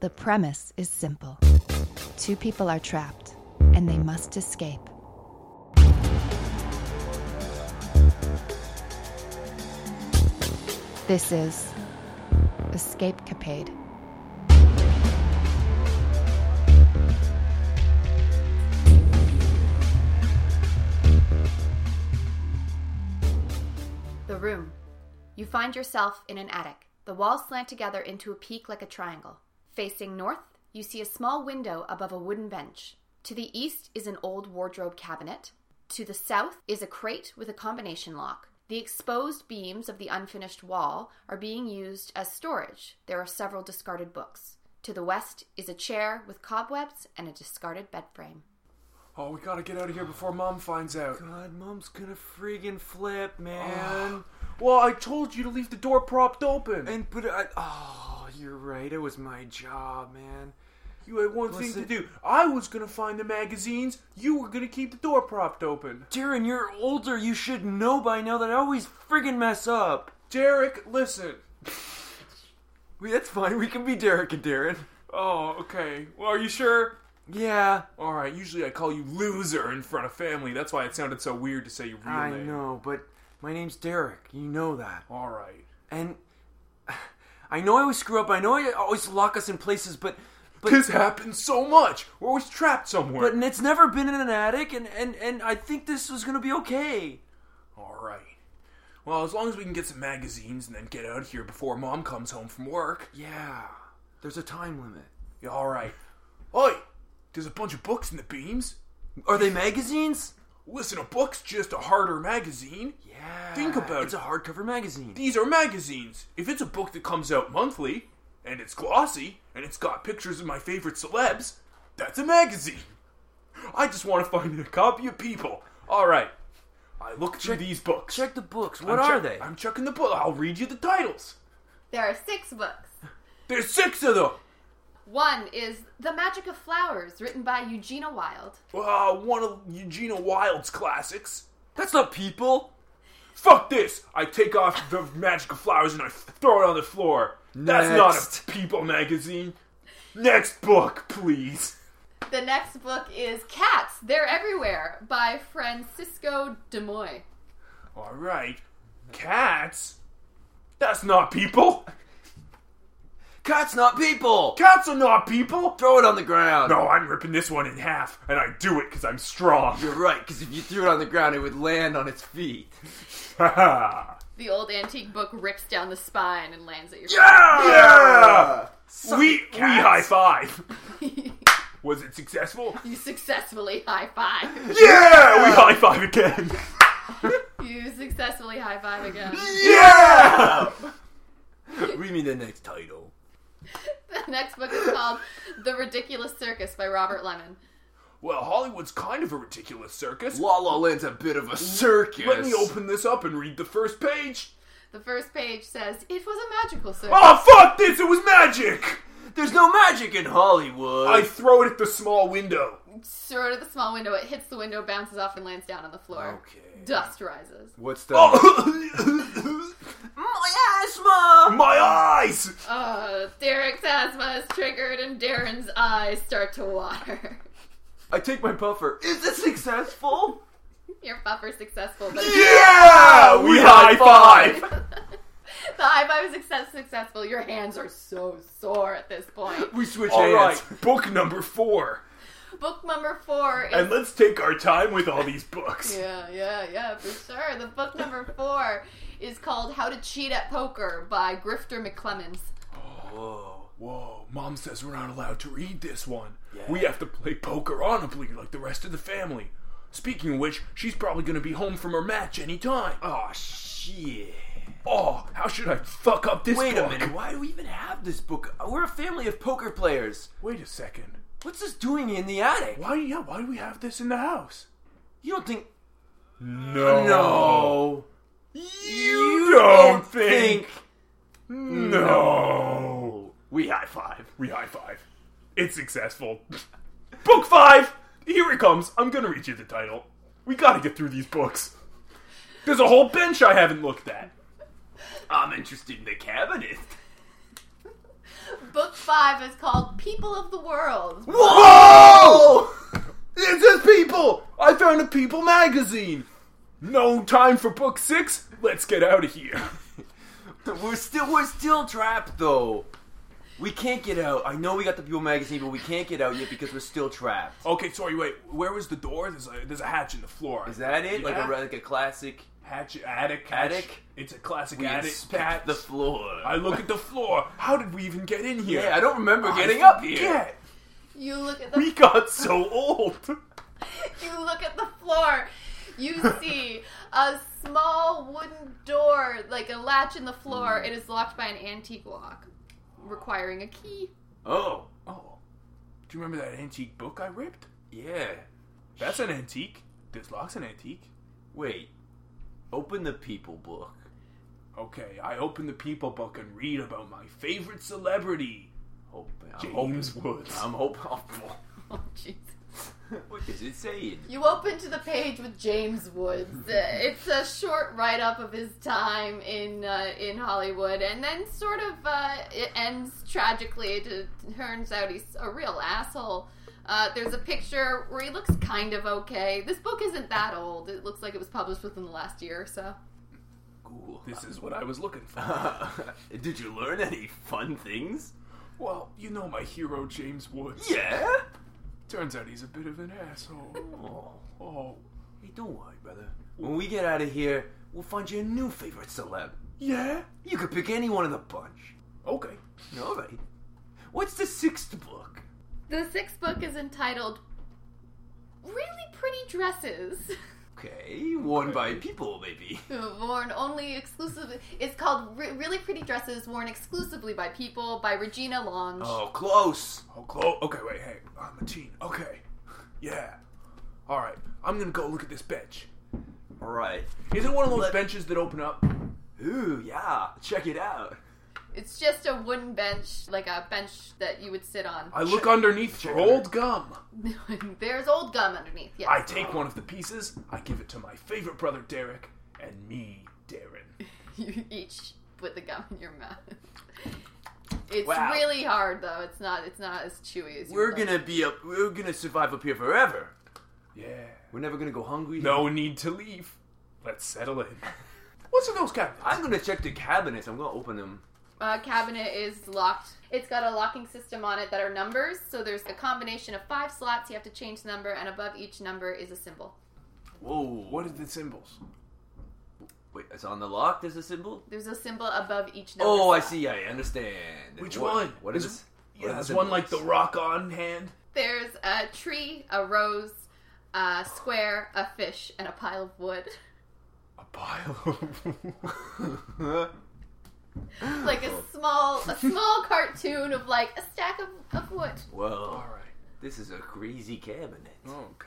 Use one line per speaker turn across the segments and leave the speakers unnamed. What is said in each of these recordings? The premise is simple two people are trapped, and they must escape. This is Escape Capade.
The room. You find yourself in an attic. The walls slant together into a peak like a triangle. Facing north, you see a small window above a wooden bench. To the east is an old wardrobe cabinet. To the south is a crate with a combination lock. The exposed beams of the unfinished wall are being used as storage. There are several discarded books. To the west is a chair with cobwebs and a discarded bed frame.
Oh, we gotta get out of here before mom finds out.
God, mom's gonna friggin' flip, man.
Well, I told you to leave the door propped open.
and but I, oh, you're right. It was my job, man.
you had one thing
Listen-
to do. I was gonna find the magazines. You were gonna keep the door propped open.
Darren, you're older. You should know by now that I always friggin' mess up.
Derek, listen.
We, that's fine. We can be Derek and Darren.
Oh, okay. Well, are you sure?
Yeah,
All right. Usually, I call you loser in front of family. That's why it sounded so weird to say your real
I
name.
know, but my name's Derek. You know that.
All right.
And I know I always screw up. I know I always lock us in places, but but
This happens so much. We're always trapped somewhere.
but it's never been in an attic. And and and I think this was gonna be okay.
All right. Well, as long as we can get some magazines and then get out of here before mom comes home from work.
Yeah, there's a time limit.
Yeah, all right. Oi, there's a bunch of books in the beams.
Are they magazines?
Listen, a book's just a harder magazine.
Yeah.
Think about
it's
it.
a hardcover magazine.
These are magazines. If it's a book that comes out monthly, and it's glossy, and it's got pictures of my favorite celebs, that's a magazine. I just want to find a copy of People. All right. I look through
Check-
these books.
Check the books.
I'm
What
check-
are they?
I'm checking the book. I'll read you the titles.
There are six books.
There's six of them.
One is The Magic of Flowers, written by Eugenia Wilde.
Uh, one of Eugenia Wilde's classics.
That's not people.
Fuck this! I take off the magical flowers and I throw it on the floor. That's
Next.
not a People magazine. Next book, please.
The next book is Cats, They're Everywhere by Francisco Demoy.
All right, cats. That's not people.
Cats not people.
Cats are not people.
Throw it on the ground.
No, I'm ripping this one in half, and I do it because I'm strong.
You're right, because if you threw it on the ground, it would land on its feet.
yeah!
The old antique book rips down the spine and lands at your
Yeah! we we
cats.
high five. Was it successful?
You successfully high five.
Yeah! We high five again.
You successfully high five again.
Yeah!
Read me the next title.
The next book is called The Ridiculous Circus by Robert Lemon.
Well, Hollywood's kind of a ridiculous circus.
La La Land's a bit of a circus.
Let me open this up and read the first page.
The first page says, It was a magical circus.
Oh, fuck this! It was magic!
There's no magic in Hollywood.
I throw it at the small window.
Throw it at the small window, it hits the window, bounces off, and lands down on the floor.
Okay.
Dust rises.
What's the?
Oh,
My asthma.
My eyes!
Oh, Derek's asthma is triggered and Darren's eyes start to water.
I take my puffer. Is this successful?
Your puffer's successful, but
Yeah! We high five!
the high five is success- successful. Your hands are so sore at this point.
We switch
Alright,
hands.
book number four.
Book number four is.
And let's take our time with all these books.
yeah, yeah, yeah, for sure. The book number four is called How to Cheat at Poker by Grifter McClemens.
Whoa.
Whoa, mom says we're not allowed to read this one. We have to play poker honorably like the rest of the family. Speaking of which, she's probably gonna be home from her match any time.
Oh shit.
Oh, how should I fuck up this
Wait a
book?
minute, why do we even have this book? We're a family of poker players.
Wait a second.
What's this doing in the attic?
Why? Yeah, why do we have this in the house?
You don't think.
No.
No.
You, Oh.
Oh.
don't think. No.
We high five.
We high five. It's successful. Book five. Here it comes. I'm gonna read you the title. We gotta get through these books. There's a whole bench I haven't looked at.
I'm interested in the cabinet.
Book five is called People of the World.
Whoa! It says people. I found a People magazine. No time for book six. Let's get out of here.
We're still we're still trapped though. We can't get out. I know we got the People magazine, but we can't get out yet because we're still trapped.
Okay, sorry. Wait. Where was the door? There's a there's a hatch in the floor.
Is that it? Like
Yeah.
a like a classic
Hatch attic hatch.
Attic?
It's a classic
we
attic.
inspect
hatch.
the floor.
I look at the floor. How did we even get in here?
yeah, I don't remember
I
getting up here.
forget.
You look at the
We got so old.
you look at the floor. You see a small wooden door, like a latch in the floor. It is locked by an antique lock, requiring a key.
Oh,
Oh, do you remember that antique book I ripped?
yeah.
That's an antique. This lock's an antique.
Wait. Open the People book.
Okay, I open the people book and read about my favorite celebrity,
Open. I'm
James
hoping-
Woods.
I'm hopeful.
Oh, jeez.
what does it say?
You open to the page with James Woods. Uh, It's a short write-up of his time in uh, in Hollywood, and then sort of uh, it ends tragically. It uh, turns out he's a real asshole. Uh, there's a picture where he looks kind of okay. This book isn't that old. It looks like it was published within the last year or so.
Cool.
this is what I was looking
Uh-huh.
for.
Did you learn any fun things?
well, you know my hero, James Woods.
Yeah.
Turns out he's a bit of an asshole.
Oh.
Oh,
Hey, don't worry, brother. When we get out of here, we'll find you a new favorite celeb.
yeah?
You could pick any one of the bunch.
Okay.
All right. What's the sixth book?
The sixth book is entitled "Really Pretty Dresses."
Okay, worn by people, maybe.
worn only exclusively. It's called Re- "Really Pretty Dresses," worn exclusively by people by Regina Lange.
Oh, close.
Oh, close. Okay, wait, hey, I'm a teen. Okay, yeah. All right, I'm gonna go look at this bench.
All right.
Is it one of those
Let-
benches that open up?
Ooh, yeah. Check it out.
It's just a wooden bench, like a bench that you would sit on.
I look underneath for
under.
old gum.
There's old gum underneath. Yes.
I
Oh.
take one of the pieces. I give it to my favorite brother Derek and me, Darren.
you each put the gum in your mouth. It's
Wow.
really hard though. It's not. It's not as chewy as. you
We're
would like.
gonna be up. We're gonna survive up here forever.
Yeah.
We're never gonna go hungry.
No need to leave. Let's settle in. What's in those cabinets?
I'm gonna check the cabinets. I'm gonna open them.
Uh, cabinet is locked. It's got a locking system on it that are numbers. So there's a combination of five slots. You have to change the number, and above each number is a symbol.
Whoa.
What are the symbols?
Wait, it's on the lock. There's a symbol.
There's a symbol above each number.
Oh, I
slot.
see. I understand.
Which
What-
one?
What is?
Is-
this?
Yeah,
What are the
there's one like the
symbols?
rock on hand.
There's a tree, a rose, a square, a fish, and a pile of wood.
A pile of.
like a small, a small cartoon of like a stack of, of wood.
All
Well,
right.
this is a crazy cabinet.
Okay.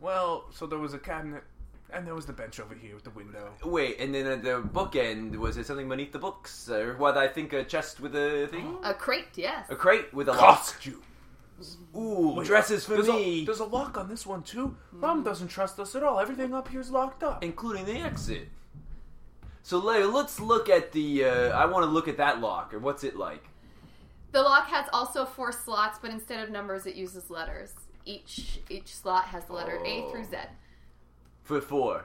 Well, so there was a cabinet, and there was the bench over here with the window.
Wait, and then at the bookend, was there something beneath the books? Or what I think a chest with a thing?
A crate, yes.
A crate with a lock.
Costume.
Ooh, dresses for
there's
me,
A, there's a lock on this one too. Mom doesn't trust us at all. Everything up here's locked up.
including the exit. So Leia, let's look at the. Uh, I want to look at that lock. Or what's it like?
The lock has also four slots, but instead of numbers, it uses letters. Each each slot has the letter A through Z.
For four,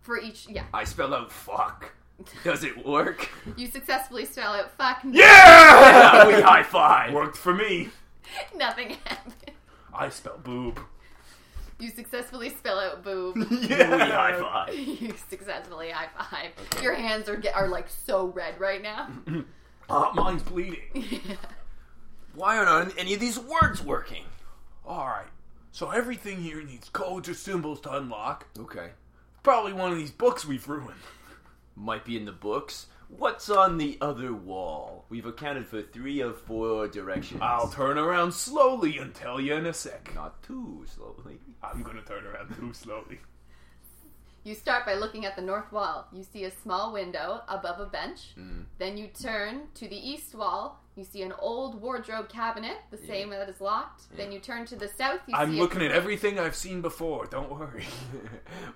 For each, yeah.
I spelled out fuck. Does it work?
You successfully spell out fuck.
Yeah,
we high five.
worked for me.
Nothing happened.
I spell boob.
You successfully spell out boob.
We high five.
you successfully high five. Your hands are get, are like so red right now.
Uh, mine's bleeding.
Why aren't any of these words working?
all right. So everything here needs codes or symbols to unlock.
Okay.
Probably one of these books we've ruined.
Might be in the books. What's on the other wall? We've accounted for three or four directions.
I'll turn around slowly and tell you in a sec.
Not too slowly.
I'm gonna turn around too slowly.
You start by looking at the north wall. You see a small window above a bench.
Mm.
Then you turn to the east wall. You see an old wardrobe cabinet, the same that is locked. Then you turn to the south. You
I'm
see
looking
a,
at everything I've seen before. Don't worry.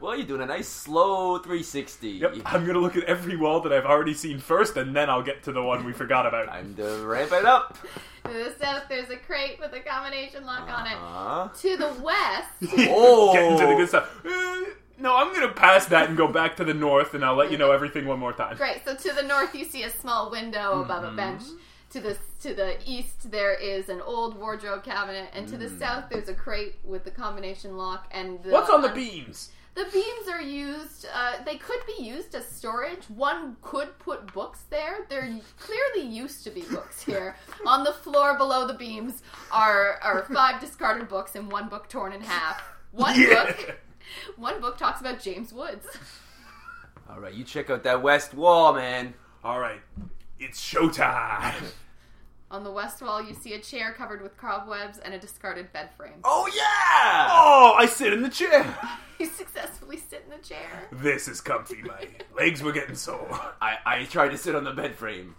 Well, you're doing a nice slow 360.
Yep, I'm gonna look at every wall that I've already seen first, and then I'll get to the one we forgot about.
Time to ramp it up.
to the south. There's a crate with a combination lock
Uh-huh.
on
Huh?
it. To the west,
Oh.
Getting to the good stuff. Eh, no, I'm gonna pass that and go back to the north, and I'll let you know everything one more time.
great. So to the north, you see a small window above
Mm-hmm.
a bench. To the to the east, there is an old wardrobe cabinet, and to the south, there's a crate with the combination lock. And the,
Mm. What's on the
un-
beams?
The beams are used. Uh, they could be used as storage. One could put books there. There clearly used to be books here. On the floor below the beams are are five discarded books and one book torn in half. One
Yeah.
book. One book talks about James Woods.
All right, you check out that west wall, man.
All right, it's showtime.
On the west wall, you see a chair covered with cobwebs and a discarded bed frame.
Oh yeah!
Oh, I sit in the chair.
You successfully sit in the chair.
This is comfy. My legs were getting sore.
I I tried to sit on the bed frame.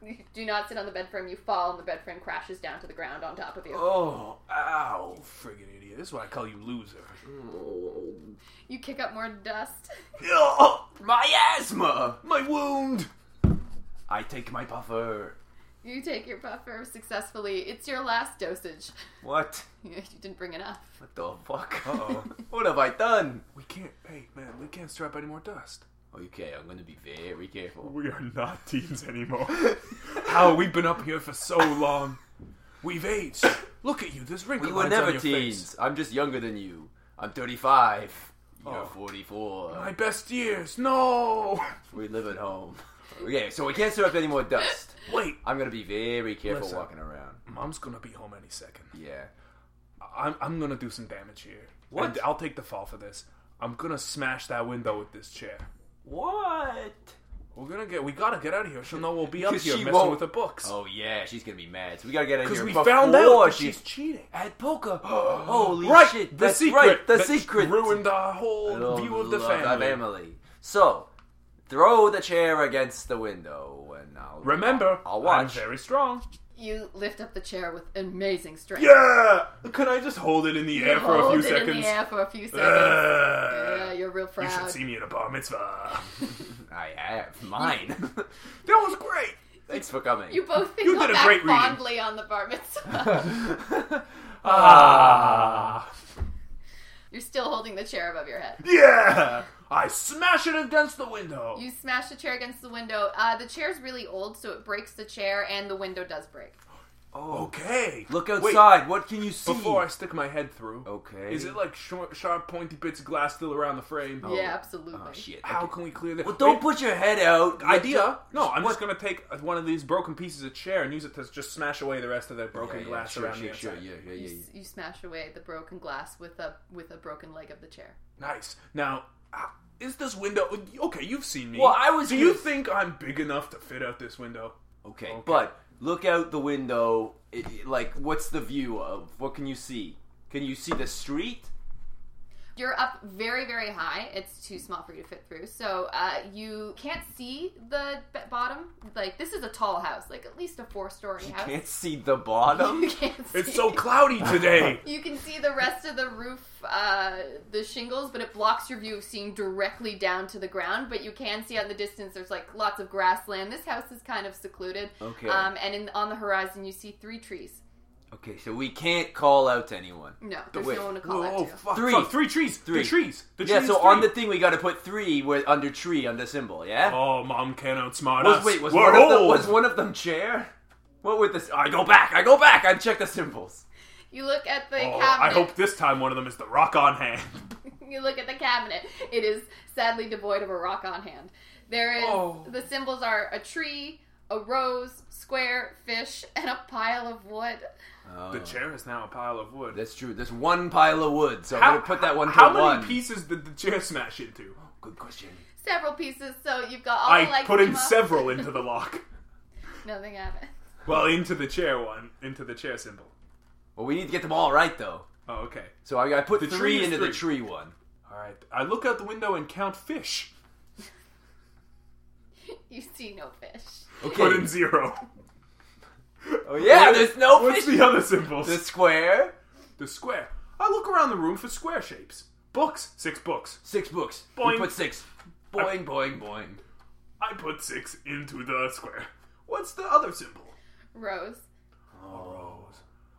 You do not sit on the bed frame. You fall, and the bed frame crashes down to the ground on top of you.
Oh, ow!
Oh, friggin' idiot! This is why I call you loser.
You kick up more dust.
Oh, my asthma.
My wound.
I take my puffer.
You take your puffer successfully. It's your last dosage.
What?
you didn't bring enough.
What the fuck?
Uh-oh.
what have I done?
We can't. Hey, man, we can't strap any more dust.
Okay, I'm gonna be very careful.
We are not teens anymore. How we've been up here for so long. We've aged. Look at you. There's wrinkle
We were
lines on
never
your
teens.
face.
I'm just younger than you. I'm 35. You're
Oh.
44.
My best years. No.
We live at home. Okay, so we can't stir up any more dust.
Wait.
I'm gonna be very careful
Listen.
walking around.
Mom's gonna be home any second.
Yeah.
I'm I'm gonna do some damage here.
What?
And I'll take the fall for this. I'm gonna smash that window with this chair.
What?
We're gonna get. We gotta get out of here. She'll know we'll be up
'Cause
here
she
messing
won't-
with the books.
Oh yeah, she's gonna be mad. So we gotta get out of
Because
here
we
before
found out that
she-
she's cheating.
at poker. Holy
right,
shit!
the
that's
secret.
Right, the
that
secret.
ruined our whole
Oh,
view of the
love
family.
that So, throw the chair against the window, and I'll
Remember,
I'll watch.
I'm very strong.
You lift up the chair with amazing strength.
Yeah. Can I just hold it in the air for a
Hold
few
it
seconds?
in the air for a few seconds. yeah,
Uh,
you're real
you
proud.
should see me in a bar mitzvah.
I have mine.
that was great.
Thanks for coming.
You both think
You
of
did a
back
great reading.
fondly on the bar mitzvah.
Ah.
you're still holding the chair above your head.
Yeah. I smash it against the window.
You smash the chair against the window. Uh, the chair's really old, so it breaks the chair, and the window does break.
okay.
Look
Wait,
outside. what can you see?
before I stick my head through.
Okay.
Is it like short, sharp, pointy bits of glass still around the frame?
Yeah, absolutely.
Oh shit.
How
okay.
can we clear that?
Well, don't
Wait,
put your head out.
idea. No, I'm
What-
just gonna take one of these broken pieces of chair and use it to just smash away the rest of that broken
Yeah, yeah,
glass
sure,
around
sure,
the
sure.
outside.
Yeah, yeah,
You,
yeah.
s- you smash away the broken glass with a with a broken leg of the chair.
Nice. Now, uh, is this window okay? You've seen me.
Well, I was
Do you
gonna-
think I'm big enough to fit out this window?
Okay,
Okay.
but look out the window. It, it- like, what's the view of? What can you see? Can you see the street?
You're up very, very high. It's too small for you to fit through. So uh, you can't see the b- bottom. Like, this is a tall house, like at least a four story house.
Can't see the bottom.
You can't see.
It's so cloudy today.
you can see the rest of the roof, uh, the shingles, but it blocks your view of seeing directly down to the ground. But you can see out in the distance there's like lots of grassland. This house is kind of secluded.
Okay.
Um, and in, on the horizon, you see three trees.
okay, so we can't call out to anyone.
No, there's
wait.
no one to call
Whoa,
out
whoa,
to.
fuck,
Three.
fuck, three trees,
Three.
the trees, the
yeah,
trees.
so on
three.
the thing we got to put three where, under tree under symbol. Yeah.
Oh, mom can't outsmart
was,
us.
wait, was
We're
one, of them,
old.
was one of them chair? What with this? I go back. I go back. I check the symbols.
You look at the
Oh,
cabinet.
I hope this time one of them is the rock on hand.
You look at the cabinet. It is sadly devoid of a rock on hand. There is
Oh.
the symbols are a tree, a rose, square, fish, and a pile of wood.
Uh,
The chair is now a pile of wood.
That's true. There's one pile of wood, so I'm gonna put that one to
How many
one.
pieces did the chair smash into?
Good question.
Several pieces, so you've got all the
I
legs.
put in
came off.
several into the lock.
Nothing happened.
Well, into the chair one, into the chair symbol.
Well, we need to get them all right though.
Oh, okay.
So I, I put
The tree
three
is
into the
three.
tree one.
All right. I look out the window and count fish.
You see no fish.
Okay.
Put in zero.
oh yeah, there's no
What's
fish.
the other symbols?
The square.
The square. I look around the room for square shapes. Books. Six books.
Six books.
Boing.
We put six. Boing, boing, boing.
I put six into the square. What's the other symbol?
Rose.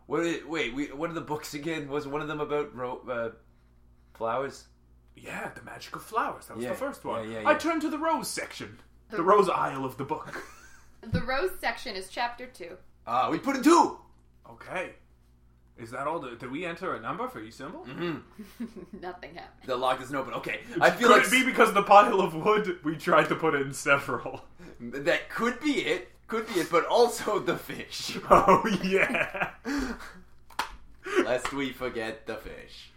What? Are, wait, we, what are the books again? Was one of them about ro- uh, flowers?
Yeah, the magic of flowers. That was
Yeah,
the first one.
yeah, yeah,
I
yeah.
turn to the rose section. The, rose aisle of the book.
The rose section is chapter two.
Ah, we put in two.
okay. Is that all? The, did we enter a number for each symbol?
Nothing happened.
The lock isn't open. Okay, Mm-hmm. I feel
Could
like
it be because the pile of wood we tried to put in several?
that could be it. Could be it, but also the fish.
Oh yeah.
Lest we forget the fish.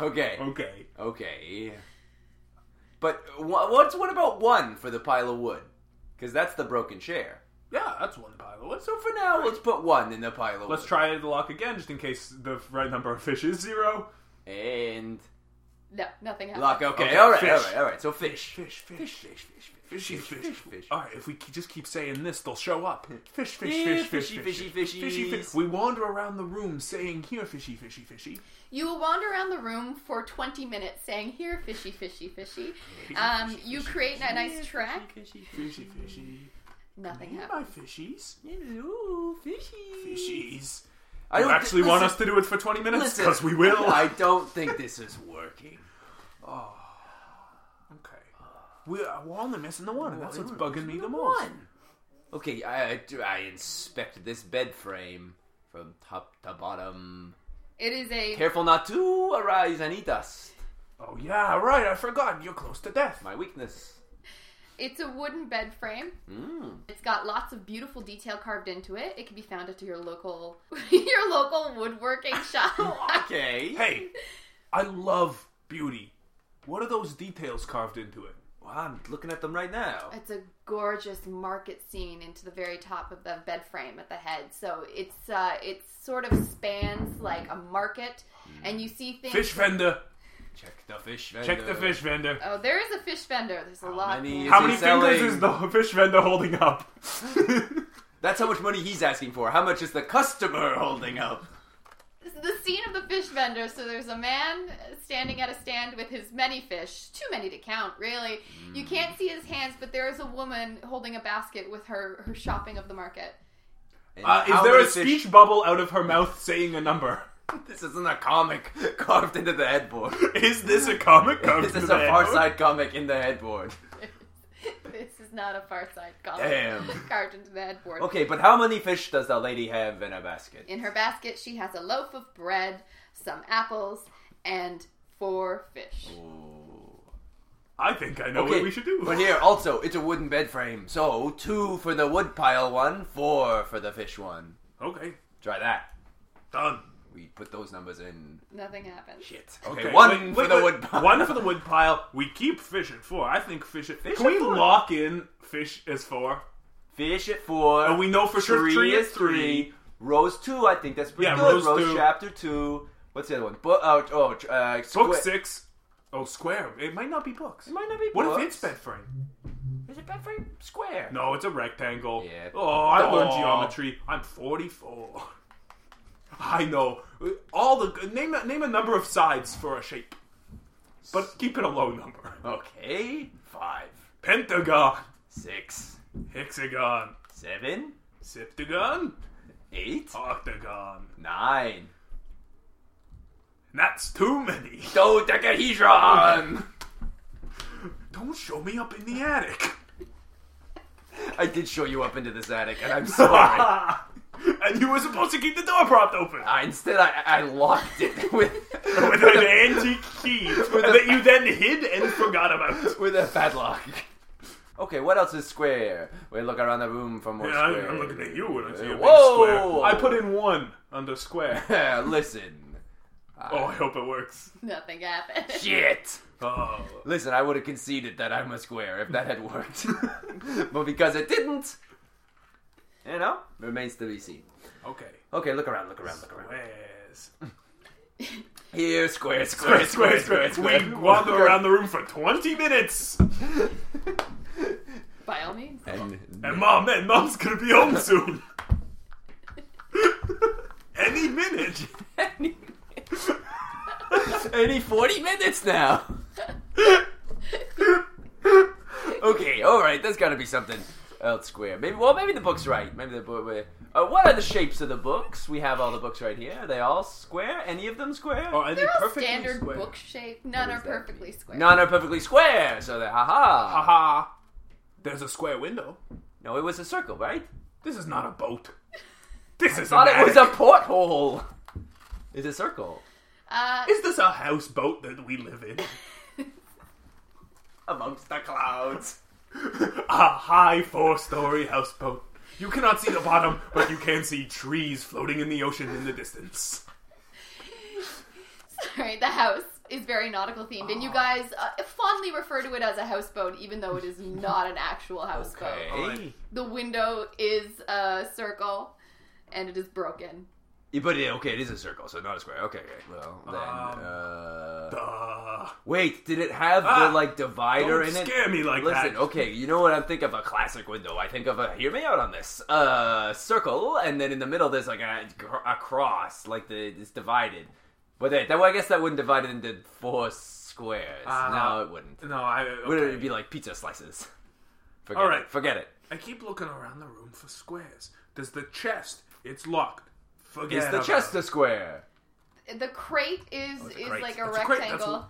Okay.
okay.
Okay. But wha- what's what about one for the pile of wood? Because that's the broken chair.
Yeah, that's one pile of wood. So
So for now, let's put one in the pile of
let's
wood.
try the lock again, just in case the right number of fish is zero.
Let's try and
No, nothing happened.
lock. Okay,
Okay,
all right,
fish.
all right, all right. So fish.
Fish, fish,
fish, fish, fish, fish,
Fishy fish.
fish, fish.
All right, if we ke- just keep saying this, they'll show up. Fish, fish,
Yeah,
fish, fish,
fishy,
fish,
fishy,
fishy,
fishies.
fish. We wander around the room saying, "Here, fishy, fishy, fishy."
You will wander around the room for 20 minutes saying, Here, fishy, fishy, fishy. Um, you create a nice track.
Fishy, fishy.
Nothing
Hey,
happened.
my fishies,
Ooh, fishy.
fishies.
I
You
don't thi-
actually want us
listen,
to do it for twenty minutes
listen.
because we will.
I don't think this is working.
Okay. We're, we're only missing the one, and that's what's
we're
bugging me the
Come
most.
on. Okay, I I- I inspect this bed frame from top to bottom.
It is a.
Careful not to arise and eat us.
Oh yeah, right. I forgot. You're close to death.
My weakness.
It's a wooden bed frame. It's got lots of beautiful detail carved into it. It can be found at your local, your local woodworking
Oh,
shop.
Okay.
Hey, I love beauty. What are those details carved into it?
Well, Oh, I'm looking at them right now.
It's a gorgeous market scene into the very top of the bed frame at the head. So it's uh, it sort of spans like a market, and you see things.
Fish vendor.
Check the fish vendor.
Check the fish vendor.
Oh, there is a fish vendor. There's a lot.
many
more.
is
How
Is
many
he selling-
fingers is the fish vendor holding up? Uh,
That's how much money he's asking for. How much is the customer holding up?
This is the scene of the fish vendor. So there's a man standing at a stand with his many fish, too many to count, really.
Mm.
You can't see his hands, but there is a woman holding a basket with her her shopping of the market.
And
Uh, is
how
there a
many fish-
speech bubble out of her mouth saying a number?
This isn't a comic carved into the headboard.
Is this a comic? Comes
This
to
is
the
a Far
head.
Side comic in the headboard.
this is not a far side column
Damn.
carved into the headboard.
Okay, but how many fish does that lady have in a basket?
In her basket, she has a loaf of bread, some apples, and four fish.
Oh.
I think I know what we should do.
But here, also, it's a wooden bed frame. So, two for the wood pile one, four for the fish one.
Okay,
Try that.
done.
We put those numbers in.
Nothing happened.
Shit.
Okay,
Okay, one
wait,
for
wait,
the
wait.
wood pile.
One for the wood pile. We keep fish at four. I think fish at. Can
at
we
four.
lock in fish as four?
Fish at four.
And we know for sure
Three,
three
is
is
three.
three.
Rose two, I think that's pretty
Yeah,
good.
Rose
Rose,
two.
chapter two. What's the other one? Book. Oh, oh uh,
Book
squi-
six. Oh, square. It might not be books.
Might not be
What
books.
if it's bed frame?
Is it bed frame? Square.
No, it's a rectangle.
Yeah.
Oh, I learned
Oh.
geometry. I'm 44. I know all the name. a- Name a number of sides for a shape, but keep it a low number.
Okay. Five,
Pentagon,
six,
hexagon,
seven,
septagon,
eight,
octagon.
nine.
That's too many.
Dodecahedron.
Don't show me up in the attic.
I did show you up into this attic, and I'm sorry.
and you were supposed to keep the door propped open
I, instead, I, I locked it with
with an antique key that you then hid and forgot about.
with a padlock. Okay, what else is square? We look around the room for more
Yeah,
square.
I'm, I'm looking at you when I see a big
Whoa!
square. I put in one under square.
Yeah, listen.
oh, I hope it works.
Nothing happened.
Shit!
Oh,
Listen, I would have conceded that I'm a square if that had worked. but because it didn't, you know, remains to be seen.
okay.
Okay, look around, look around, look around.
Where's
Here, square, square, square, square, square.
We wander around the room for 20 minutes,
By all means.
And
and mom, and mom's gonna be home soon. Any minute.
Any 40 minutes now. okay, alright, there's gotta be something else square. Maybe, well, maybe the book's right. Maybe the book. Uh, what are the shapes of the books? We have all the books right here. Are they all square? Any of them square?
Oh, are they
They're all
perfectly
standard
square?
book shape. None are
does that mean?
perfectly square.
None are perfectly square, so they're haha.
Haha. There's a square window.
No, it was a circle, right?
This is not a boat. This is
Thought
an
it was a
attic.
porthole. It's a circle.
Uh,
Is this a houseboat that we live in?
Amongst the clouds.
a high four-story houseboat. You cannot see the bottom, but you can see trees floating in the ocean in the distance.
sorry, the house is very nautical themed,
Oh.
and you guys uh, fondly refer to it as a houseboat, even though it is not an actual houseboat.
Okay.
The window is a circle, and it is broken.
Yeah, but it, okay, it is a circle, so not a square. Okay, okay. Well, then.
Um,
uh,
Duh.
wait, did it have
Ah,
the like divider
Don't
in it?
scare me like
Listen,
that.
okay, you know what I think of a classic window. I think of a hear me out on this. Uh circle and then in the middle there's like a, a cross, like the it's divided. But that, that well, I guess that wouldn't divide it into four squares.
Uh,
no, it wouldn't.
No, I.
Wouldn't
Okay.
it be like pizza slices? Forget
All right.
it. Forget it.
I keep looking around the room for squares. There's the chest. It's locked. Forget
Is the
about
chest
it.
a square?
The crate is
Oh, it's a
is
crate.
like a
It's a crate, that's
rectangle,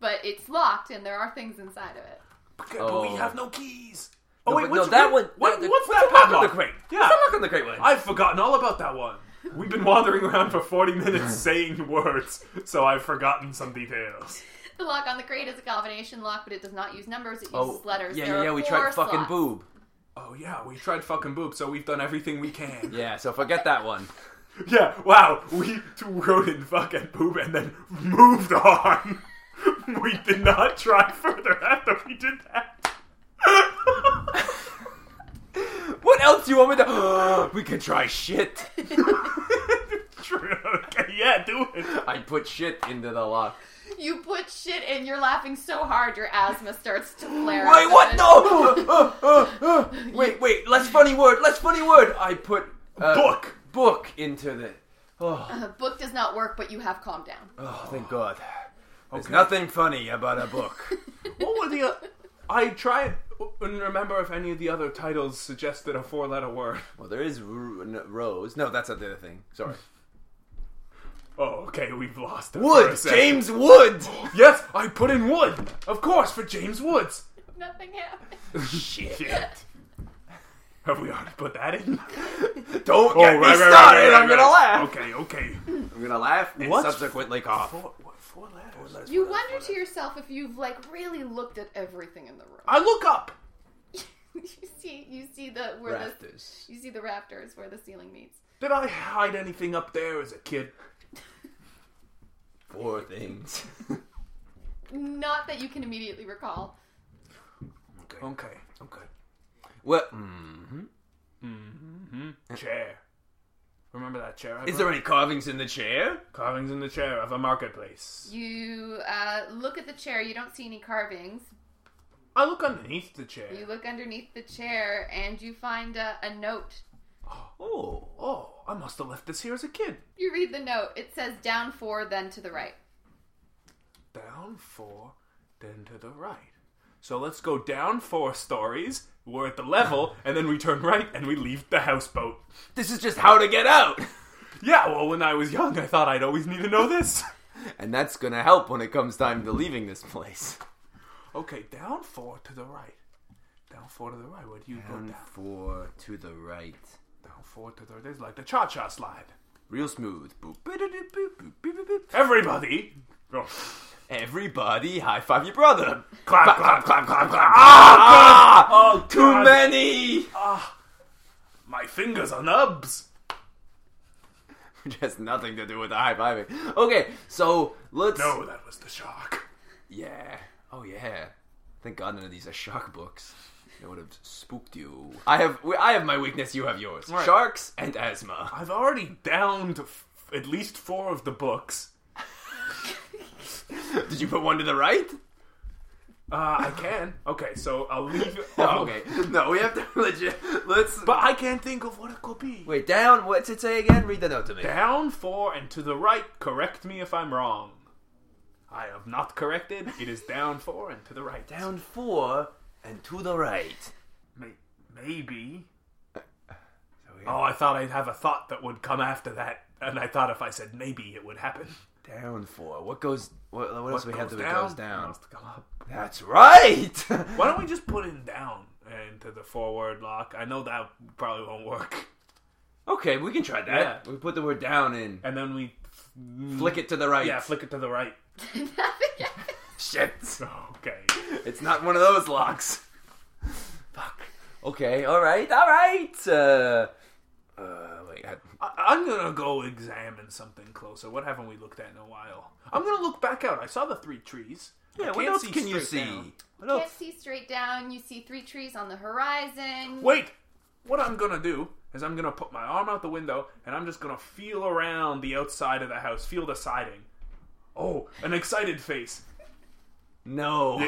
but it's locked, and there are things inside of it.
Okay, But
Oh.
we have no keys. Oh
No,
wait,
but-
what's
no, that one-
What,
that- that-
what's
what's
that
the lock on
padlock?
the crate?
Yeah,
What's the lock on the crate one?
I've forgotten all about that one. We've been wandering around for 40 minutes saying words, so I've forgotten some details.
The lock on the crate is a combination lock, but it does not use numbers; it uses letters.
Oh, Yeah,
There
yeah,
are
yeah. We
four
tried fucking
slots.
boob.
Oh yeah, we tried fucking boob, so we've done everything we can.
Yeah, so forget that one.
Yeah, wow, we t- wrote in fucking poop and then moved on. we did not try further after we did that.
What else do you want me to? we can try shit.
True. Okay, yeah, do it.
I put shit into the lock.
You put shit in. You're laughing so hard, your asthma starts to flare.
Wait,
up.
what? No! Uh, uh, uh, uh. Wait, wait. Less funny word. Less funny word. I put uh,
Book.
book into the. Oh,
The book does not work, but you have calmed down.
oh, thank God. There's nothing funny about a book.
What were the? uh, o- I try and remember if any of the other titles suggested a four-letter word.
well, there is ro- n- rose. No, that's not the other thing. Sorry.
Oh, okay, we've lost. it for a
Wood.
second.
James Wood.
Yes, I put in Wood, of course, for James Woods.
Nothing happened.
Shit. Have we already put that in? Oh,
Don't get me started. I'm gonna laugh.
Okay, okay.
I'm gonna laugh and
What's-
subsequently cough.
Four, what, four letters.
You wonder to yourself if you've like really looked at everything in the room.
I look up.
you see, you see the where
Rafters.
the you see the rafters where the ceiling meets.
Did I hide anything up there as a kid?
Four things.
Not that you can immediately recall.
Okay, okay.
Well, mm
Chair. Remember that chair? I
is there any carvings in the chair?
carvings in the chair of a marketplace?
You uh, look at the chair. You don't see any carvings.
I look underneath the chair.
You look underneath the chair and you find a, a note.
Oh,
Oh, I must have left this here as a kid.
You read the note. It says down four, then to the right.
Down four, then to the right. So let's go down four stories. We're at the level, and then we turn right and we leave the houseboat.
this is just how to get out.
Yeah, well, when I was young, I thought I'd always need to know this.
And that's gonna help when it comes time to leaving this place.
Okay, down four to the right. Down four to the right. Where do you go
Down
down?
four to the right.
Down four to the right. There's like the cha cha slide.
Real smooth. Boop, boop, boop, boop, boop, boop, boop.
Everybody! Oh,
Everybody high five your brother.
Clap, clap, clap, clap, clap.
Ah,
Oh,
too
God.
many.
My fingers are nubs.
Which has nothing to do with the high fiving. Okay, so let's.
No, that was the shark.
Yeah. Oh yeah. Thank God none of these are shark books. It would have spooked you. I have we- I have my weakness. You have yours.
Right.
Sharks and asthma.
I've already downed f- at least four of the books.
Did you put one to the right?
Uh, I can. Okay, so I'll leave.
Oh, okay. No, we have to legit. Let's.
But I can't think of what it could be.
Wait, down. What's it say again? Read the note to me.
Down four and to the right. Correct me if I'm wrong. I have not corrected. It is down four and to the right.
Down four and to the right.
May- maybe.
we
Oh, I thought I'd have a thought that would come after that, and I thought if I said maybe, it would happen.
Down four. What goes? What, what else
What
we have
goes
that goes down?
Must come up.
That's right.
Why don't we just put in down into the forward lock? I know that probably won't work.
okay, we can try that.
Yeah.
We put the word down in.
And then we
Flick it to the right.
yeah flick it to the right.
Shit.
Okay.
It's not one of those locks. Fuck. Okay, alright, alright. Uh, uh, wait, I,
I- I'm gonna go examine something closer. What haven't we looked at in a while? I'm gonna look back out. I saw the three trees. I
yeah, what
can't
else
see
can you see?
straight down.
What
Can't
else?
see straight down. You see three trees on the horizon.
Wait. What I'm gonna do is I'm gonna put my arm out the window and I'm just gonna feel around the outside of the house, feel the siding. Oh, an excited face.
No.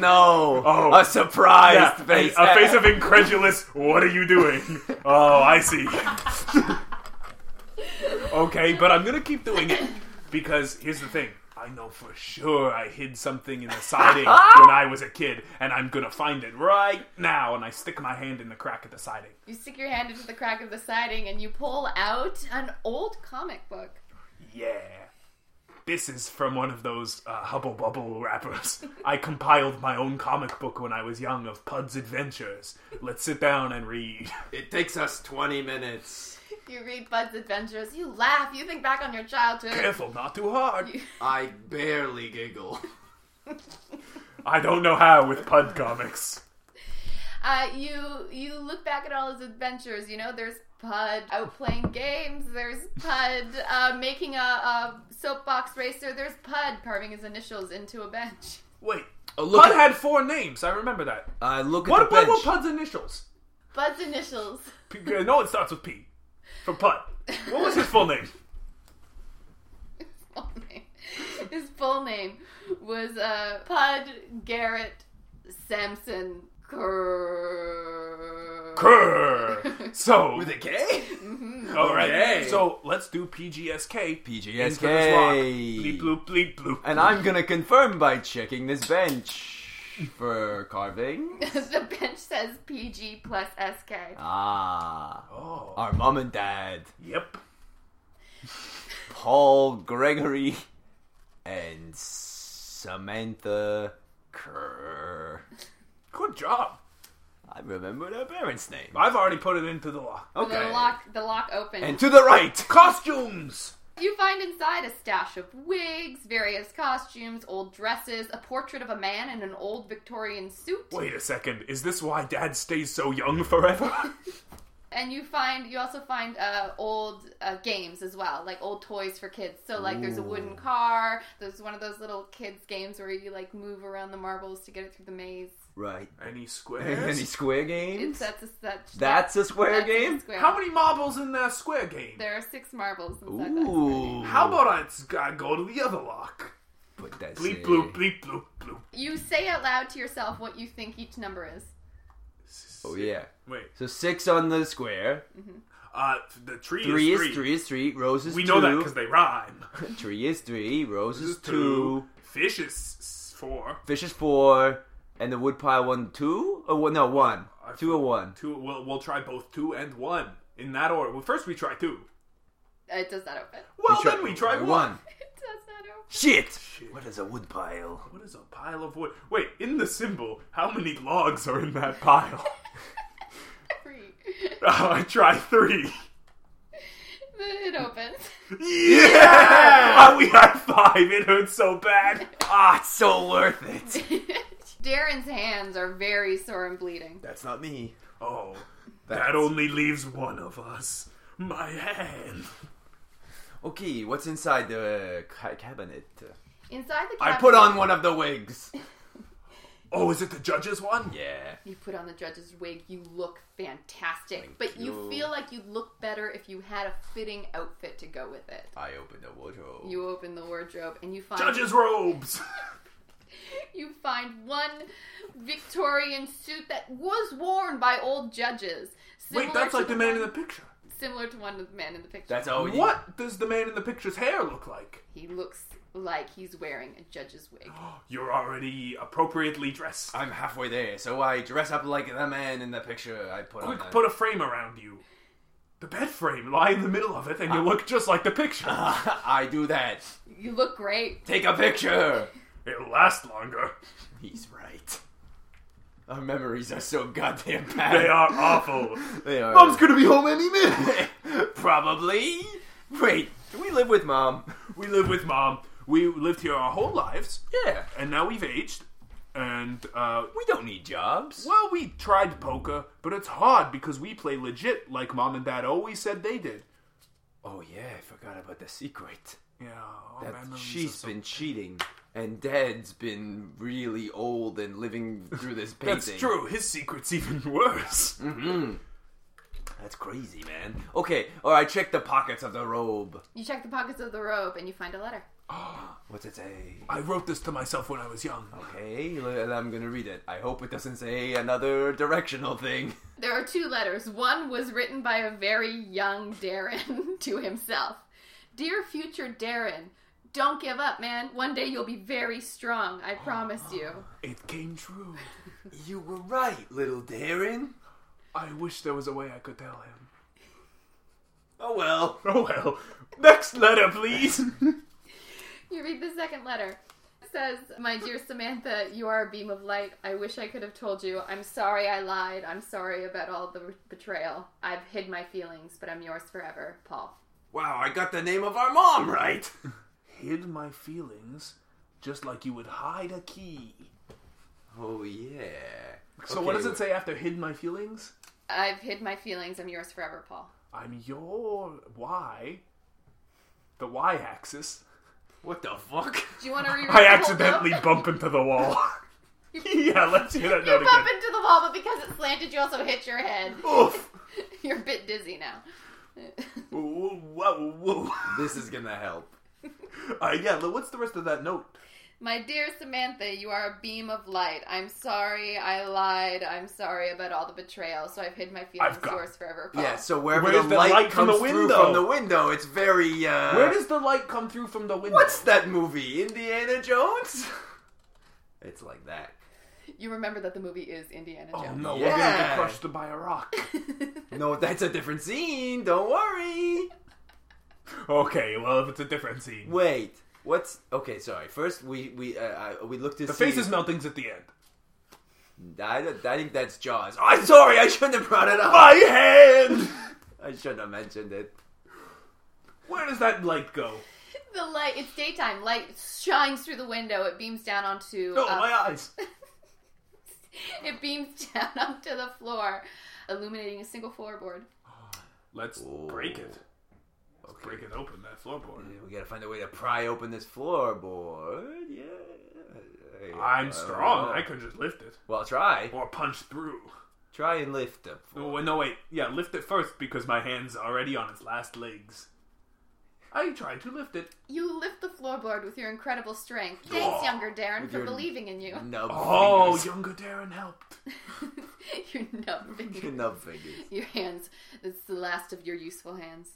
no.
Oh.
A surprised
Yeah,
face.
A, a face of incredulous. What are you doing? Oh, I see. okay, but I'm gonna keep doing it because here's the thing. I know for sure I hid something in the siding when I was a kid, and I'm gonna find it right now. And I stick my hand in the crack of the siding.
You stick your hand into the crack of the siding and you pull out an old comic book.
Yeah. This is from one of those uh, Hubble Bubble wrappers. I compiled my own comic book when I was young of Pud's Adventures. Let's sit down and read.
It takes us 20 minutes.
You read Bud's adventures. You laugh. You think back on your childhood.
Careful, not too hard.
I barely giggle.
I don't know how with Pud comics.
Uh, you you look back at all his adventures. You know, there's Pud out playing games. There's Pud uh, making a, a soapbox racer. There's Pud carving his initials into a bench.
Wait,
Oh, look
Pud
at-
had four names. I remember that.
I look at
What,
the
what
bench.
were Pud's initials?
Bud's initials.
P- uh, no, it starts with P. For Pud. What was his full name?
Full name. His full name was uh, Pud Garrett Sampson Kerr.
Grr. So,
With a K? Mm-hmm.
all right.
okay.
So let's do PGSK. Into
PGSK.
this lock. Bleep bloop bleep bloop.
And I'm gonna confirm by checking this bench for carving.
the bench says PG plus SK.
Ah.
Oh.
Our mom and dad.
Yep.
Paul Gregory and Samantha Kerr.
Good job.
I remember their parents' name.
I've already put it into the lock.
Okay.
The lock, the lock opens.
And to the right.
Costumes.
you find inside a stash of wigs, various costumes, old dresses, a portrait of a man in an old Victorian suit,
Wait a second. Is this why Dad stays so young forever?
and you find you also find uh, old uh, games as well, like old toys for kids. So like, there's a wooden car. There's one of those little kids games where you like move around the marbles to get it through the maze.
Right.
Any
Any
squares?
square games?
It's that's a, that's,
That's a square
that's a
game?
square.
How many marbles in that square game?
There are six marbles inside that.
Ooh.
How about I s- I go to the other lock?
But that's
Bleep
it.
bloop bleep bloop bloop.
You say out loud to yourself what you think each number is.
Oh yeah.
Wait,
So six on the square.
uh, the tree
Three
is
is
three.
three is three. Rose is
We
two.
know that because they rhyme.
Three is three. Rose
This
is two.
Fish is s- four.
Fish is four. And the woodpile one two? Or one no one.
I
Two or one.
Two. We'll, we'll try both two and one in that order. Well, first we try two.
Uh, It does not open.
Well, then we try one.
It does not open.
Shit! What is a woodpile?
What is a pile of wood? Wait, in the symbol, how many logs are in that pile? Oh,
Free.
I try three.
Then it opens.
Yeah! Ah, we high five. It hurts so bad.
Ah, it's so worth it.
Darren's hands are very sore and bleeding.
That's not me.
Oh, that only leaves one of us. My hand.
Okay, what's inside the uh, ca- cabinet?
Inside the
I
cabinet,
put on one of the wigs.
Oh, is it the judge's one?
Yeah.
You put on the judge's wig. You look fantastic, but you.
you.
feel like you'd look better if you had a fitting outfit to go with it.
I opened the wardrobe.
You open the wardrobe and you find
Judge's robes.
you find one Victorian suit that was worn by old judges. Similar
Wait, that's
to
like the man in the
one-
picture.
similar to one of the man in the picture.
That's how you-
What does the man in the picture's hair look like?
He looks like he's wearing a judge's wig.
You're already appropriately dressed.
I'm halfway there, so I dress up like the man in the picture. I put
Quick,
on.
put a frame around you. The bed frame. Lie in the middle of it, and you
Ah.
look just like the picture.
I do that.
You look great.
Take a picture.
It'll last longer.
He's right. Our memories are so goddamn bad.
They are awful.
They are.
Mom's gonna be home any minute.
Probably. Wait, do we live with mom?
We live with mom. We lived here our whole lives,
Yeah.
and now we've aged. And uh,
We don't need jobs.
well, we tried poker, but it's hard because we play legit, like mom and dad always said they did.
Oh yeah, I forgot about the secret.
Yeah, all
That
memories
she's
are so-
been cheating, and Dad's been really old and living through this painting.
That's true. His secret's even worse.
That's crazy, man. Okay, or I check the pockets of the robe.
You check the pockets of the robe and you find a letter.
What's it say?
I wrote this to myself when I was young.
Okay, l- I'm gonna read it. I hope it doesn't say another directional thing.
There are two letters. One was written by a very young Darren to himself. Dear future Darren, don't give up, man. One day you'll be very strong. I promise you.
It came true.
You were right, little Darren.
I wish there was a way I could tell him.
Oh well.
Oh well. Next letter, please.
You read the second letter. It says, My dear Samantha, you are a beam of light. I wish I could have told you. I'm sorry I lied. I'm sorry about all the betrayal. I've hid my feelings, but I'm yours forever, Paul.
Wow, I got the name of our mom right.
Hid my feelings, just like you would hide a key.
Oh yeah.
So what
Okay,
does it say after hid my feelings?
I've hid my feelings. I'm yours forever, Paul.
I'm your Y. The Y axis.
What the fuck?
Do you want to reread
I
the whole
accidentally
note?
bump into the wall. yeah, let's hear that
You
note
bump
again.
into the wall, but because it slanted, you also hit your head.
Oof.
You're a bit dizzy now.
Whoa, whoa, whoa.
this is gonna help.
Uh, yeah, what's the rest of that note?
My dear Samantha, you are a beam of light. I'm sorry I lied. I'm sorry about all the betrayal. So I've hid my feelings
I've got-
yours forever. Paul.
Yeah, so wherever
Uh, Where's
the,
the
light,
light from
comes
the
through
window?
from the window, it's very uh
Where does the light come through from the window?
What's that movie? Indiana Jones? it's like that.
You remember that the movie is Indiana Jones.
Oh no, we're gonna
Yeah.
get crushed by a rock.
No, that's a different scene. Don't worry.
okay, well if it's a different scene.
Wait. What's Okay, sorry. First we we uh, uh, we looked to
the
see
faces melting's at the end.
I, don't- I think that's Jaws. I'm sorry. I shouldn't have brought it up.
My hand!
I shouldn't have mentioned it.
Where does that light go?
The light, it's daytime. Light shines through the window. It beams down onto.
Oh,
uh,
my eyes.
It beams down onto the floor, illuminating a single floorboard.
Let's break it. Let's break it open, that floorboard.
We gotta find a way to pry open this floorboard. Yeah.
I'm strong.
know.
I could just lift it.
Well, try.
Or punch through.
Try and lift the floor.
Oh, no, wait. Yeah, lift it first because my hand's already on its last legs. I tried to lift it.
You lift the floorboard with your incredible strength. Thanks, younger Darren, for
your-
believing in you.
Nub
Oh,
fingers.
younger Darren helped.
You're numbing your-
Nub fingers.
your hands. It's the last of your useful hands.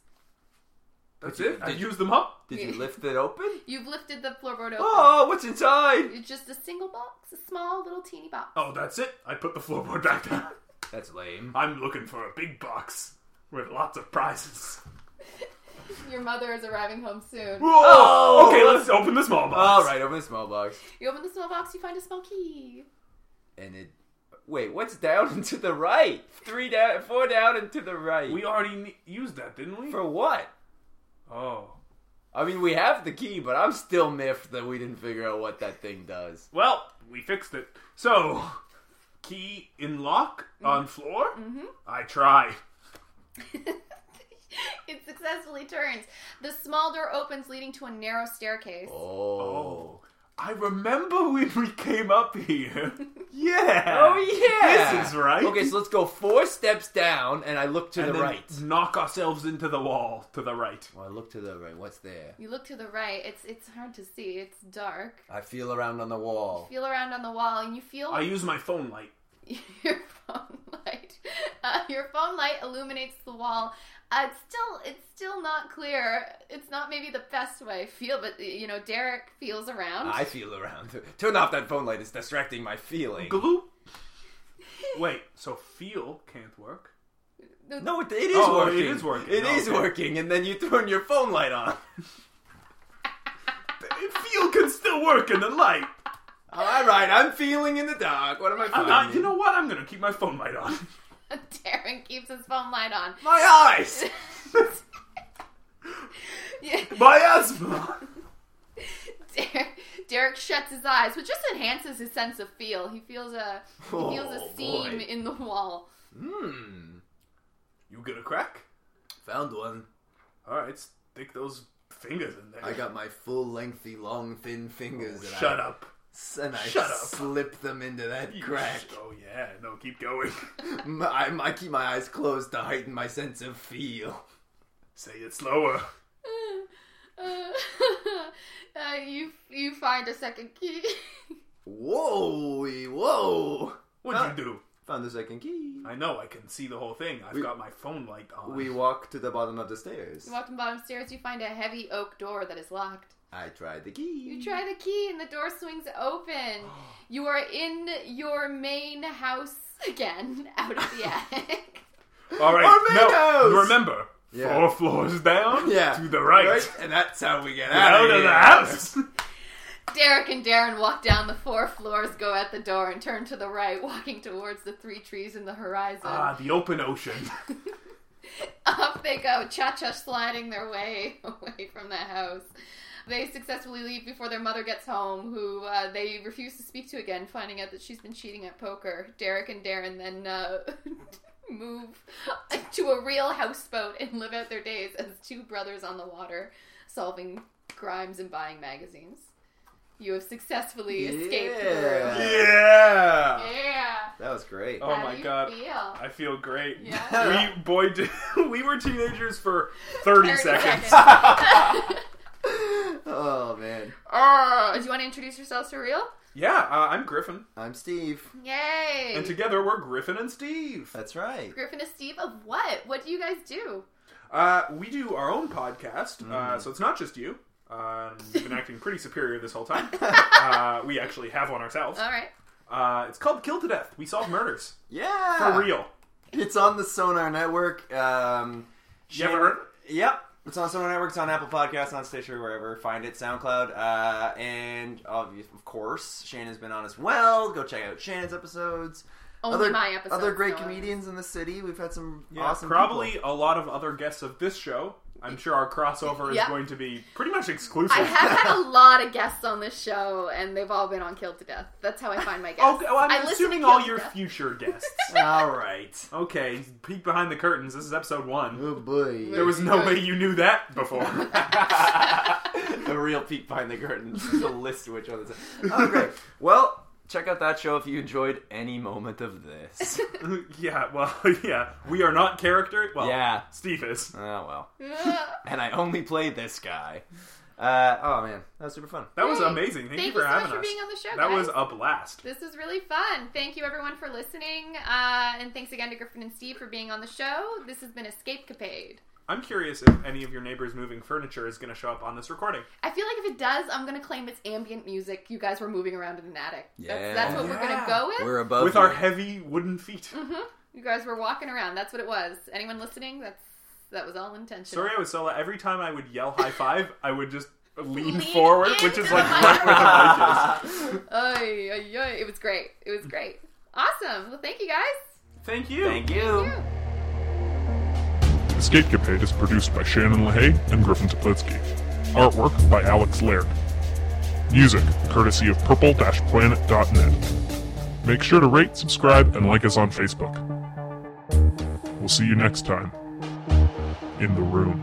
That's
you-
it? I
did you-
used them up.
Did you lift it open?
You've lifted the floorboard open.
Oh, what's inside?
It's just a single box, a small little teeny box.
Oh, that's it. I put the floorboard back down.
That's lame.
I'm looking for a big box with lots of prizes.
Your mother is arriving home soon.
Oh!
Okay, let's open the small box.
All right, open the small box,
You open the small box, you find a small key.
and it. Wait, what's down and to the right? Three down, four down, and to the right.
We already ne- used that, didn't we?
for what?
Oh.
I mean, we have the key, but I'm still miffed that we didn't figure out what that thing does.
Well, we fixed it. So, key in lock on floor? Mm-hmm. I try.
It successfully turns. The small door opens, leading to a narrow staircase.
Oh.
I remember when we came up here. yeah.
Oh, yeah.
This is right.
Okay, so let's go four steps down, and I look to
and
the
then
right.
knock ourselves into the wall to the right.
Well, I look to the right. What's there?
You look to the right. It's it's hard to see. It's dark.
I feel around on the wall.
Feel around on the wall, and you feel
I use my phone light.
your phone light. Uh, your phone light illuminates the wall. Uh, it's still it's still not clear. It's not maybe the best way I feel, but you know Derek feels around.
I feel around. Turn off that phone light. It's distracting my feeling.
Gloop. Wait, so feel can't work?
No, it, it is
Oh,
working.
it is working.
It
Oh,
is
okay.
working, and then you turn your phone light on.
Feel can still work in the light.
All right, I'm feeling in the dark. What am I feeling?
Uh, you know what? I'm gonna keep my phone light on.
Darren keeps his phone light on.
my eyes.
Yeah.
My asthma.
Derek, Derek shuts his eyes, which just enhances his sense of feel. He feels a
Oh,
he feels a seam
boy.
in the wall.
Hmm.
You gonna crack?
Found one.
All right, stick those fingers in there.
I got my full, lengthy, long, thin fingers. and
Oh, Shut
I,
up.
And I
Shut up.
slip them into that crack.
Oh yeah. No, keep going.
M- I, I keep my eyes closed to heighten my sense of feel.
Say it slower.
Uh, uh, you you find a second key.
Whoa, whoa!
What'd
Huh?
you do?
Found the second key.
I know. I can see the whole thing. I've
We-
got my phone light on.
We walk to the bottom of the stairs.
you walk down bottom stairs. You find a heavy oak door that is locked.
I tried the key.
You try the key, and the door swings open. You are in your main house again, out of the attic.
All right.
Our
No,
windows!
remember.
Yeah.
Four floors down.
yeah.
To the right.
And that's how we get out,
Out of the
here.
house.
Derek and Darren walk down the four floors, go out the door, and turn to the right, walking towards the three trees in the horizon.
ah, the open ocean.
Up they go, cha cha sliding their way away from the house. They successfully leave before their mother gets home, who uh, they refuse to speak to again, finding out that she's been cheating at poker. Derek and Darren then uh, move to a real houseboat and live out their days as two brothers on the water, solving crimes and buying magazines. You have successfully escaped the room.
Yeah.
yeah.
Yeah.
That was great.
Oh
How
my
do you
god.
Feel?
I feel great.
Yeah.
We boy, did, we were teenagers for thirty,
30
seconds.
seconds.
Oh, man.
Ah.
Oh, do you want to introduce yourselves for real?
Yeah, uh, I'm Griffin,
I'm Steve.
Yay!
and together we're Griffin and Steve.
That's right.
Griffin and Steve of what? What do you guys do?
Uh, we do our own podcast,
Mm.
uh, so it's not just you. Um, you've been acting pretty superior this whole time. Uh, we actually have one ourselves.
All right.
Uh, it's called Kill to Death. We solve murders
Yeah.
for real.
It's on the Sonar Network. Um,
You ever heard?
Yep. It's on Sonar Network. It's on Apple Podcasts, on Stitcher, wherever. Find it, SoundCloud. Uh, and, of, of course, Shannon's been on as well. Go check out Shannon's episodes.
Only
other,
my episode.
Other great
so-
comedians in the city. We've had some
Yeah,
awesome
probably
people.
a lot of other guests of this show. I'm sure our crossover
Yeah.
is going to be pretty much exclusive.
I have had a lot of guests on this show, and they've all been on Killed to Death. That's how I find my guests.
Oh, Okay, well, I'm
I listen to
assuming
Killed
all
to
your
Death.
future guests.
All right.
okay, peek behind the curtains. This is episode one.
Oh, boy.
There was no way you knew that before.
the real peek behind the curtains. There's a list of which one is. Oh, great. Well, check out that show if you enjoyed any moment of this.
yeah, well, yeah. We are not character. Well,
Yeah.
Steve is.
oh, well.
Ah,
And I only played this guy. Uh, oh, man. That was super fun.
That was
Great.
amazing. Thank,
Thank
you for
you so much
having
for
us.
being on the show,
That
guys.
was a blast.
This was really fun. Thank you, everyone, for listening. Uh, and thanks again to Griffin and Steve for being on the show. This has been Escape Capade.
I'm curious if any of your neighbors moving furniture is going to show up on this recording.
I feel like if it does, I'm going to claim it's ambient music. You guys were moving around in an attic.
Yeah.
That's, that's what we're going to
Yeah.
go with.
We're above
With our heavy wooden
Mm.
feet.
You guys were walking around. That's what it was. Anyone listening? That's that was all intentional.
Sorry, I was so loud. Every time I would yell high five, I would just lean,
Lean
forward, which
into
is
the
like right where the mic is.
Oy, oy, oy. It was great. It was great. Awesome. Well, thank you guys.
Thank you.
Thank you.
Yeah.
Escapecapade is produced by Shannon LaHaye and Griffin Toplitsky. artwork by Alex Laird. Music courtesy of purple-planet.net. Make sure to rate, subscribe, and like us on Facebook. We'll see you next time in the room.